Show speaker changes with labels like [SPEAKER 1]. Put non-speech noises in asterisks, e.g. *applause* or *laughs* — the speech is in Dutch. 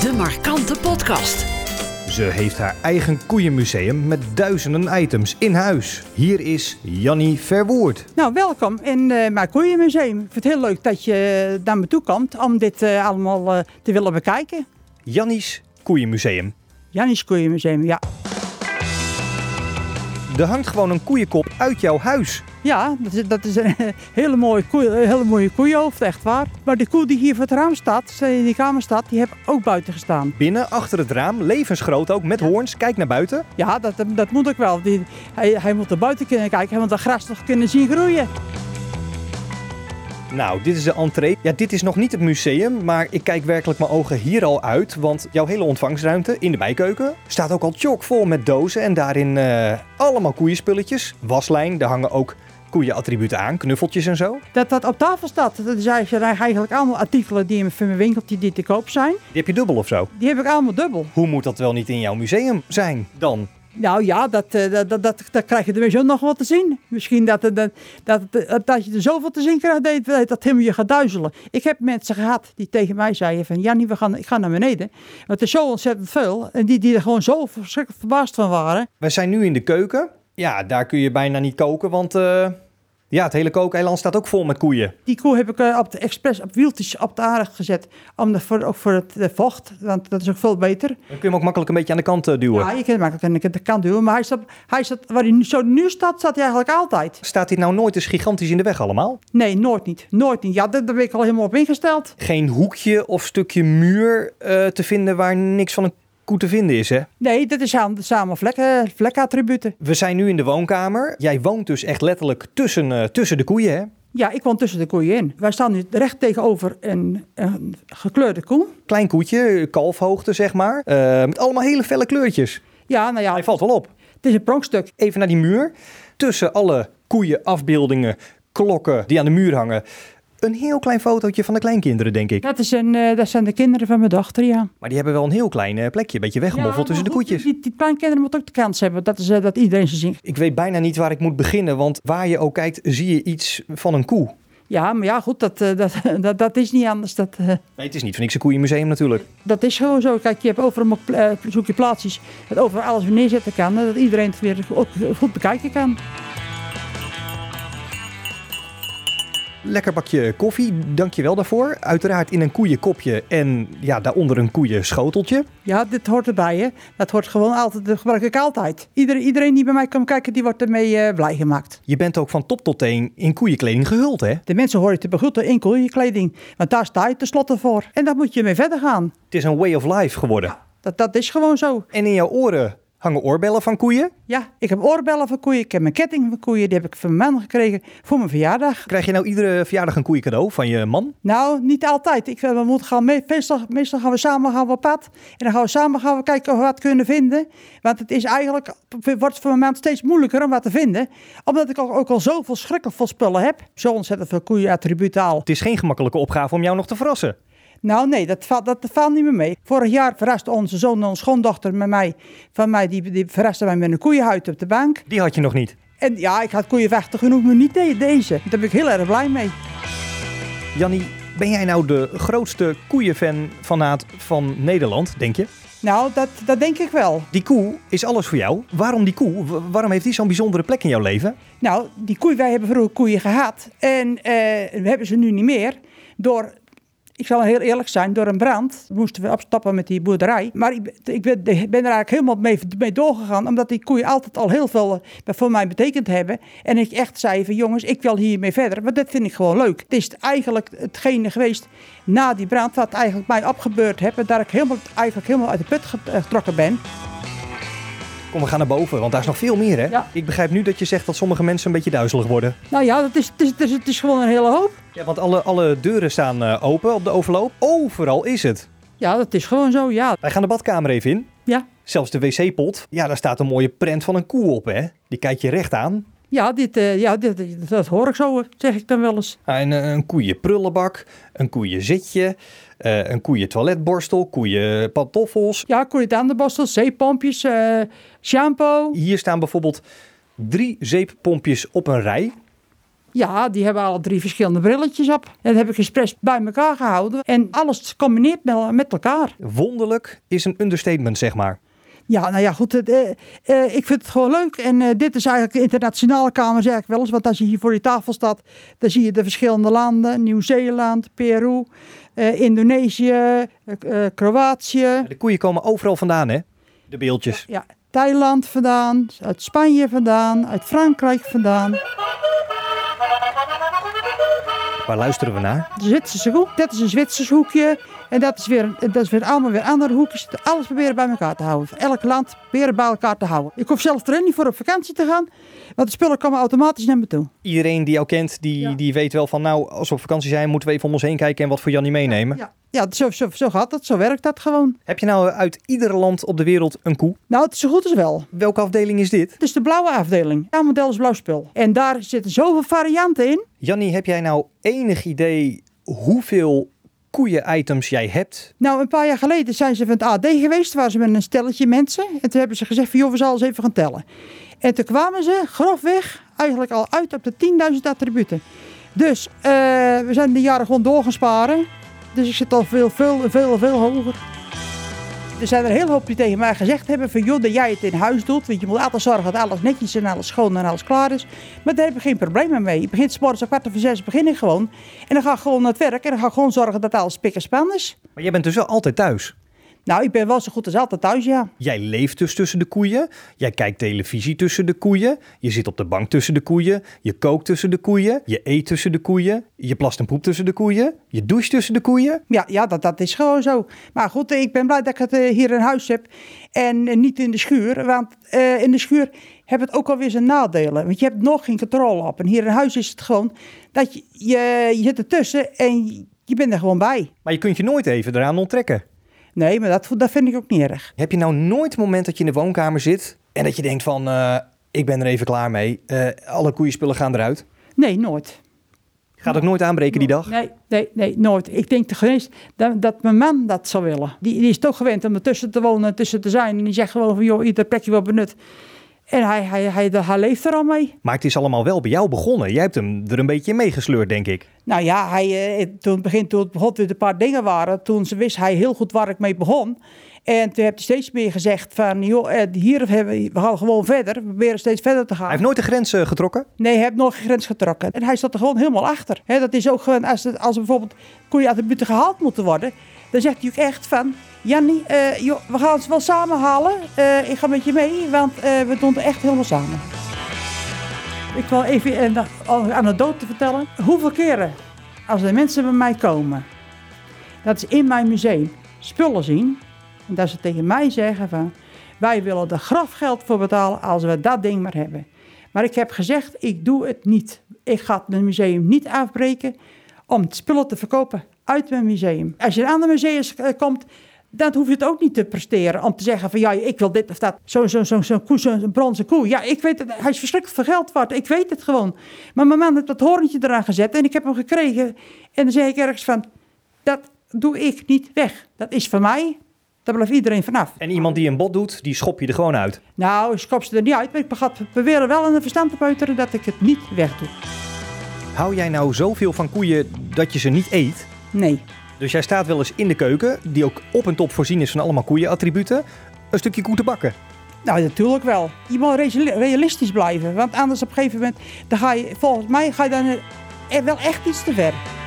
[SPEAKER 1] De Markante Podcast.
[SPEAKER 2] Ze heeft haar eigen koeienmuseum met duizenden items in huis. Hier is Jannie Verwoerd.
[SPEAKER 3] Nou, welkom in eh mijn koeienmuseum. Ik vind het heel leuk dat je eh, naar me toe komt om dit eh, allemaal eh, te willen bekijken.
[SPEAKER 2] Jannie's Koeienmuseum.
[SPEAKER 3] Jannies Koeienmuseum, ja.
[SPEAKER 2] Er hangt gewoon een koeienkop uit jouw huis.
[SPEAKER 3] Ja, dat is, dat is een *laughs* eh, hele mooie, koe, een hele mooie koeienhoofd, echt waar. Maar de koe die hier voor het raam staat, eh, in die kamer staat, die heb ik ook buiten gestaan.
[SPEAKER 2] Binnen, achter het raam, levensgroot ook, met hoorns. Kijk naar buiten.
[SPEAKER 3] Ja, dat, dat moet ook wel. Die, hij, hij moet er buiten kunnen kijken, want dat gras toch kunnen zien groeien.
[SPEAKER 2] Nou, dit is de entree. Ja, dit is nog niet het museum, maar ik kijk werkelijk mijn ogen hier al uit. Want jouw hele ontvangstruimte in de bijkeuken staat ook al chockvol met dozen. En daarin eh, allemaal koeienspulletjes. Waslijn, daar hangen ook koeienattributen aan, knuffeltjes en zo.
[SPEAKER 3] Dat dat op tafel staat, dat is eigenlijk eigenlijk allemaal artikelen die in- van mijn winkeltje die te koop zijn.
[SPEAKER 2] Die heb je dubbel of zo.
[SPEAKER 3] Die heb ik allemaal dubbel.
[SPEAKER 2] Hoe moet dat wel niet in jouw museum zijn dan?
[SPEAKER 3] Nou ja, dat, eh, dat, dat, dat, dat krijg je er misschien nog wat te zien. Misschien dat, het- dat, dat, het- eh, dat je er zoveel te zien krijgt dat, je- dat helemaal je gaat duizelen. Ik heb mensen gehad die tegen mij zeiden van... Jannie, we gaan, ik ga naar beneden. Want het is zo ontzettend veel. En die, die er gewoon zo verschrikkelijk verbaasd van waren.
[SPEAKER 2] We zijn nu in de keuken. Ja, daar kun je bijna niet koken, want eh, ja, het hele kookeiland staat ook vol met koeien.
[SPEAKER 3] Die koe heb ik eh, op de expres op wieltjes op de aardig gezet. Om de, voor, ook voor het eh, vocht, want dat is ook veel beter.
[SPEAKER 2] Dan kun je hem ook makkelijk een beetje aan de kant eh, duwen.
[SPEAKER 3] Ja, je kunt makkelijk aan de- de kant duwen. Maar hij staat, hij staat, waar hij nu, zo nu staat, staat hij eigenlijk altijd.
[SPEAKER 2] Staat dit nou nooit eens gigantisch in de weg allemaal?
[SPEAKER 3] Nee, nooit niet. Nooit niet. Ja, daar daar ben ik al helemaal op ingesteld.
[SPEAKER 2] Geen hoekje of stukje muur eh, te vinden waar niks van een koe te vinden is, hè?
[SPEAKER 3] Nee, dat is samen, samen vlek, eh, vlekattributen.
[SPEAKER 2] We zijn nu in de woonkamer. Jij woont dus echt letterlijk tussen, eh, tussen de koeien, hè?
[SPEAKER 3] Ja, ik woon tussen de koeien in. Wij staan nu recht tegenover een, een gekleurde koe.
[SPEAKER 2] Klein koetje, kalfhoogte zeg maar. eh, met allemaal hele felle kleurtjes.
[SPEAKER 3] Ja, nou ja,
[SPEAKER 2] Hij valt wel op.
[SPEAKER 3] het is een pronkstuk.
[SPEAKER 2] even naar die muur. Tussen alle koeien, afbeeldingen, klokken die aan de muur hangen. Een heel klein fotootje van de kleinkinderen, denk ik.
[SPEAKER 3] Dat, is een, eh, dat zijn de kinderen van mijn dochter, ja.
[SPEAKER 2] Maar die hebben wel een heel klein eh, plekje, een beetje weggemoffeld
[SPEAKER 3] Ja,
[SPEAKER 2] tussen de
[SPEAKER 3] maar goed,
[SPEAKER 2] koetjes.
[SPEAKER 3] Die, die kleinkinderen moeten ook de kans hebben. Dat is eh, dat iedereen ze ziet.
[SPEAKER 2] Ik weet bijna niet waar ik moet beginnen, want waar je ook kijkt zie je iets van een koe.
[SPEAKER 3] Ja, maar ja, goed, dat, eh, dat, *laughs* dat, dat is niet anders. Dat, eh,
[SPEAKER 2] Nee, het is niet van niks een koeienmuseum natuurlijk.
[SPEAKER 3] dat is gewoon zo. Kijk, je hebt overal mo- pla- eh, zoek je plaatsjes. Dat overal alles weer neerzetten kan. eh, Dat iedereen het weer ook goed bekijken kan.
[SPEAKER 2] Lekker bakje koffie, dankjewel daarvoor. Uiteraard in een koeienkopje en ja, daaronder een koeienschoteltje.
[SPEAKER 3] Ja, dit hoort erbij, hè. Dat hoort gewoon altijd, dat gebruik ik altijd. Iedereen, iedereen die bij mij komt kijken, die wordt ermee eh, blij gemaakt.
[SPEAKER 2] Je bent ook van top tot teen in koeienkleding gehuld, hè?
[SPEAKER 3] De mensen horen te begroeten in koeienkleding, want daar sta je tenslotte voor. En daar moet je mee verder gaan.
[SPEAKER 2] Het is een way of life geworden.
[SPEAKER 3] Dat, dat is gewoon zo.
[SPEAKER 2] En in jouw oren hangen oorbellen van koeien.
[SPEAKER 3] Ja, ik heb oorbellen van koeien, ik heb mijn ketting van koeien, die heb ik van mijn man gekregen voor mijn verjaardag.
[SPEAKER 2] Krijg je nou iedere verjaardag een koeien cadeau van je man?
[SPEAKER 3] Nou, niet altijd. Ik, we moeten gaan mee, meestal, meestal gaan we samen gaan we op pad. En dan gaan we samen gaan we kijken of we wat kunnen vinden. Want het is eigenlijk, wordt het voor mijn maand steeds moeilijker om wat te vinden. Omdat ik ook, ook al zoveel schrikkelijk veel spullen heb. Zo ontzettend veel koeien attributen al.
[SPEAKER 2] Het is geen gemakkelijke opgave om jou nog te verrassen.
[SPEAKER 3] Nou nee, dat valt, dat valt niet meer mee. Vorig jaar verraste onze zoon en onze schoondochter met mij. Van mij, die, die verraste mij met een koeienhuid op de bank.
[SPEAKER 2] Die had je nog niet.
[SPEAKER 3] En ja, ik had koeien vechten genoeg, maar niet de- deze. Daar ben ik heel erg blij mee.
[SPEAKER 2] Jannie, ben jij nou de grootste koeienfan fanaat van Nederland, denk je?
[SPEAKER 3] Nou, dat, dat denk ik wel.
[SPEAKER 2] Die koe is alles voor jou. Waarom die koe? Wa- waarom heeft die zo'n bijzondere plek in jouw leven?
[SPEAKER 3] Nou, die koeien, wij hebben vroeger koeien gehad. En eh, we hebben ze nu niet meer. Door, ik zal heel eerlijk zijn, door een brand moesten we opstappen met die boerderij. Maar ik, ben- ik ben, ik ben er eigenlijk helemaal mee, mee doorgegaan. Omdat die koeien altijd al heel veel eh, voor mij betekend hebben. En ik echt zei van jongens, ik wil hiermee verder. Want dat vind ik gewoon leuk. Het is eigenlijk hetgene geweest na die brand wat eigenlijk mij opgebeurd heb. En daar ik helemaal, eigenlijk helemaal uit de put get- eh, getrokken ben.
[SPEAKER 2] Kom, we gaan naar boven, want daar is nog veel meer, hè?
[SPEAKER 3] Ja.
[SPEAKER 2] Ik begrijp nu dat je zegt dat sommige mensen een beetje duizelig worden.
[SPEAKER 3] Nou ja, dat is, het, is, het, is, het is gewoon een hele hoop.
[SPEAKER 2] Ja, want alle, alle deuren staan eh, open op de overloop. Overal is het.
[SPEAKER 3] Ja, dat is gewoon zo, ja.
[SPEAKER 2] Wij gaan de badkamer even in.
[SPEAKER 3] Ja,
[SPEAKER 2] Zelfs de wc-pot. Ja, daar staat een mooie prent van een koe op, hè? Die kijk je recht aan.
[SPEAKER 3] Ja, dit, eh, ja dit, dit- dat hoor ik zo, eh, zeg ik dan wel eens.
[SPEAKER 2] Ah, Een, een koeienprullenbak, een koeienzitje, eh een koeientoiletborstel, koeienpantoffels.
[SPEAKER 3] Ja, koeientandenborstel, zeepompjes, eh, shampoo.
[SPEAKER 2] Hier staan bijvoorbeeld drie zeeppompjes op een rij.
[SPEAKER 3] Ja, die hebben alle drie verschillende brilletjes op. Dat heb ik expres bij elkaar gehouden. En alles combineert met, met elkaar.
[SPEAKER 2] Wonderlijk is een understatement, zeg maar.
[SPEAKER 3] Ja, nou ja, goed. het, eh, eh, ik vind het gewoon leuk. En eh, dit is eigenlijk de internationale kamer, zeg ik wel eens. Want als je hier voor die tafel staat, dan zie je de verschillende landen. Nieuw-Zeeland, Peru, eh, Indonesië, eh, eh, Kroatië.
[SPEAKER 2] De koeien komen overal vandaan, hè? De beeldjes.
[SPEAKER 3] Ja, Thailand vandaan, uit Spanje vandaan, uit Frankrijk vandaan.
[SPEAKER 2] Waar luisteren we naar?
[SPEAKER 3] De Zwitserse hoek, dat is een Zwitsers hoekje. En dat is weer, dat is weer allemaal weer andere hoekjes. Alles proberen bij elkaar te houden. Elk land proberen bij elkaar te houden. Ik hoef zelf er niet voor op vakantie te gaan. Want de spullen komen automatisch naar me toe.
[SPEAKER 2] Iedereen die jou kent, die, die weet wel van... nou, als we op vakantie zijn, moeten we even om ons heen kijken... en wat voor Jannie meenemen.
[SPEAKER 3] Ja, ja zo, zo, zo gaat dat. Zo werkt dat gewoon.
[SPEAKER 2] Heb je nou uit ieder land op de wereld een koe?
[SPEAKER 3] Nou, het is zo goed als wel.
[SPEAKER 2] Welke afdeling is dit?
[SPEAKER 3] Het is de blauwe afdeling. Ja, model is blauw spul. En daar zitten zoveel varianten in.
[SPEAKER 2] Jannie, heb jij nou enig idee hoeveel koeien-items jij hebt?
[SPEAKER 3] Nou, een paar jaar geleden zijn ze van het AD geweest, waar ze met een stelletje mensen. En toen hebben ze gezegd van, joh, we zullen eens even gaan tellen. En toen kwamen ze grofweg eigenlijk al uit op de 10.000 attributen. Dus eh, we zijn de jaren gewoon doorgesparen. Dus ik zit al veel, veel, veel, veel hoger. Er zijn er een heel hoop die tegen mij gezegd hebben van, joh, dat jij het in huis doet. Want je moet altijd zorgen dat alles netjes en alles schoon en alles klaar is. Maar daar heb ik geen problemen mee. Je begint 's morgens om kwart over zes, begin ik gewoon. En dan ga ik gewoon naar het werk en dan ga ik gewoon zorgen dat alles pik en span is.
[SPEAKER 2] Maar jij bent dus wel altijd thuis.
[SPEAKER 3] Nou, ik ben wel zo goed als altijd thuis, ja.
[SPEAKER 2] Jij leeft dus tussen de koeien. Jij kijkt televisie tussen de koeien. Je zit op de bank tussen de koeien. Je kookt tussen de koeien. Je eet tussen de koeien. Je plast en poept tussen de koeien. Je doucht tussen de koeien.
[SPEAKER 3] Ja, ja dat, dat is gewoon zo. Maar goed, ik ben blij dat ik het eh, hier in huis heb en eh, niet in de schuur. Want eh, in de schuur heb het ook alweer zijn nadelen. Want je hebt nog geen controle op. En hier in huis is het gewoon dat je, je, je zit ertussen en je bent er gewoon bij.
[SPEAKER 2] Maar je kunt je nooit even eraan onttrekken.
[SPEAKER 3] Nee, maar dat, dat vind ik ook niet erg.
[SPEAKER 2] Heb je nou nooit het moment dat je in de woonkamer zit en dat je denkt van... eh, ik ben er even klaar mee. Eh, alle koeienspullen gaan eruit.
[SPEAKER 3] Nee, nooit.
[SPEAKER 2] Gaat ook nooit aanbreken die dag.
[SPEAKER 3] Nee, nee, nee, nooit. Ik denk toch eens dat, dat mijn man dat zou willen. Die, die is toch gewend om ertussen te wonen en tussen te zijn. En die zegt gewoon van, joh, ieder plekje wordt benut. En hij, hij, hij, hij leeft er al mee.
[SPEAKER 2] Maar het is allemaal wel bij jou begonnen. Jij hebt hem er een beetje in meegesleurd, denk ik.
[SPEAKER 3] Nou ja, hij, eh, toen, het begin, toen het begon, toen er een paar dingen waren, toen ze wist hij heel goed waar ik mee begon. En toen heb hij steeds meer gezegd van, joh, eh, hier hebben we, we gaan gewoon verder. We proberen steeds verder te gaan.
[SPEAKER 2] Hij heeft nooit de grens eh, getrokken.
[SPEAKER 3] Nee, hij heeft nog geen grens getrokken. En hij staat er gewoon helemaal achter. Hè, dat is ook gewoon, als, het- als er bijvoorbeeld koeienattributen gehaald moeten worden, dan zegt hij ook echt van, Jannie, eh, joh, we gaan ze wel samen halen. Eh, ik ga met je mee, want eh, we doen het echt helemaal samen. Ik wil even een een anekdote vertellen. Hoeveel keren als er mensen bij mij komen, dat ze in mijn museum spullen zien, en dat ze tegen mij zeggen van, wij willen er graf geld voor betalen als we dat ding maar hebben. Maar ik heb gezegd, ik doe het niet. Ik ga het museum niet afbreken om het spullen te verkopen uit mijn museum. Als je een ander museum eh, komt, dan hoef je het ook niet te presteren. Om te zeggen van, ja, ik wil dit of dat. Zo'n zo, zo, zo koe, zo'n bronzen koe. Ja, ik weet het. Hij is verschrikkelijk veel geld waard. Ik weet het gewoon. Maar mijn man heeft dat horentje eraan gezet en ik heb hem gekregen. En dan zei ik ergens van, dat doe ik niet weg. Dat is van mij. Daar blijft iedereen vanaf.
[SPEAKER 2] En iemand die een bot doet, die schop je er gewoon uit.
[SPEAKER 3] Nou, ik schop ze er niet uit, maar ik begat- probeer wel aan de verstand te peuteren dat ik het niet wegdoe.
[SPEAKER 2] Hou jij nou zoveel van koeien dat je ze niet eet?
[SPEAKER 3] Nee.
[SPEAKER 2] Dus jij staat wel eens in de keuken, die ook op en top voorzien is van allemaal koeienattributen, een stukje koe te bakken.
[SPEAKER 3] Nou, natuurlijk wel. Je moet reali- realistisch blijven, want anders op een gegeven moment, dan ga je, volgens mij, ga je dan eh, wel echt iets te ver.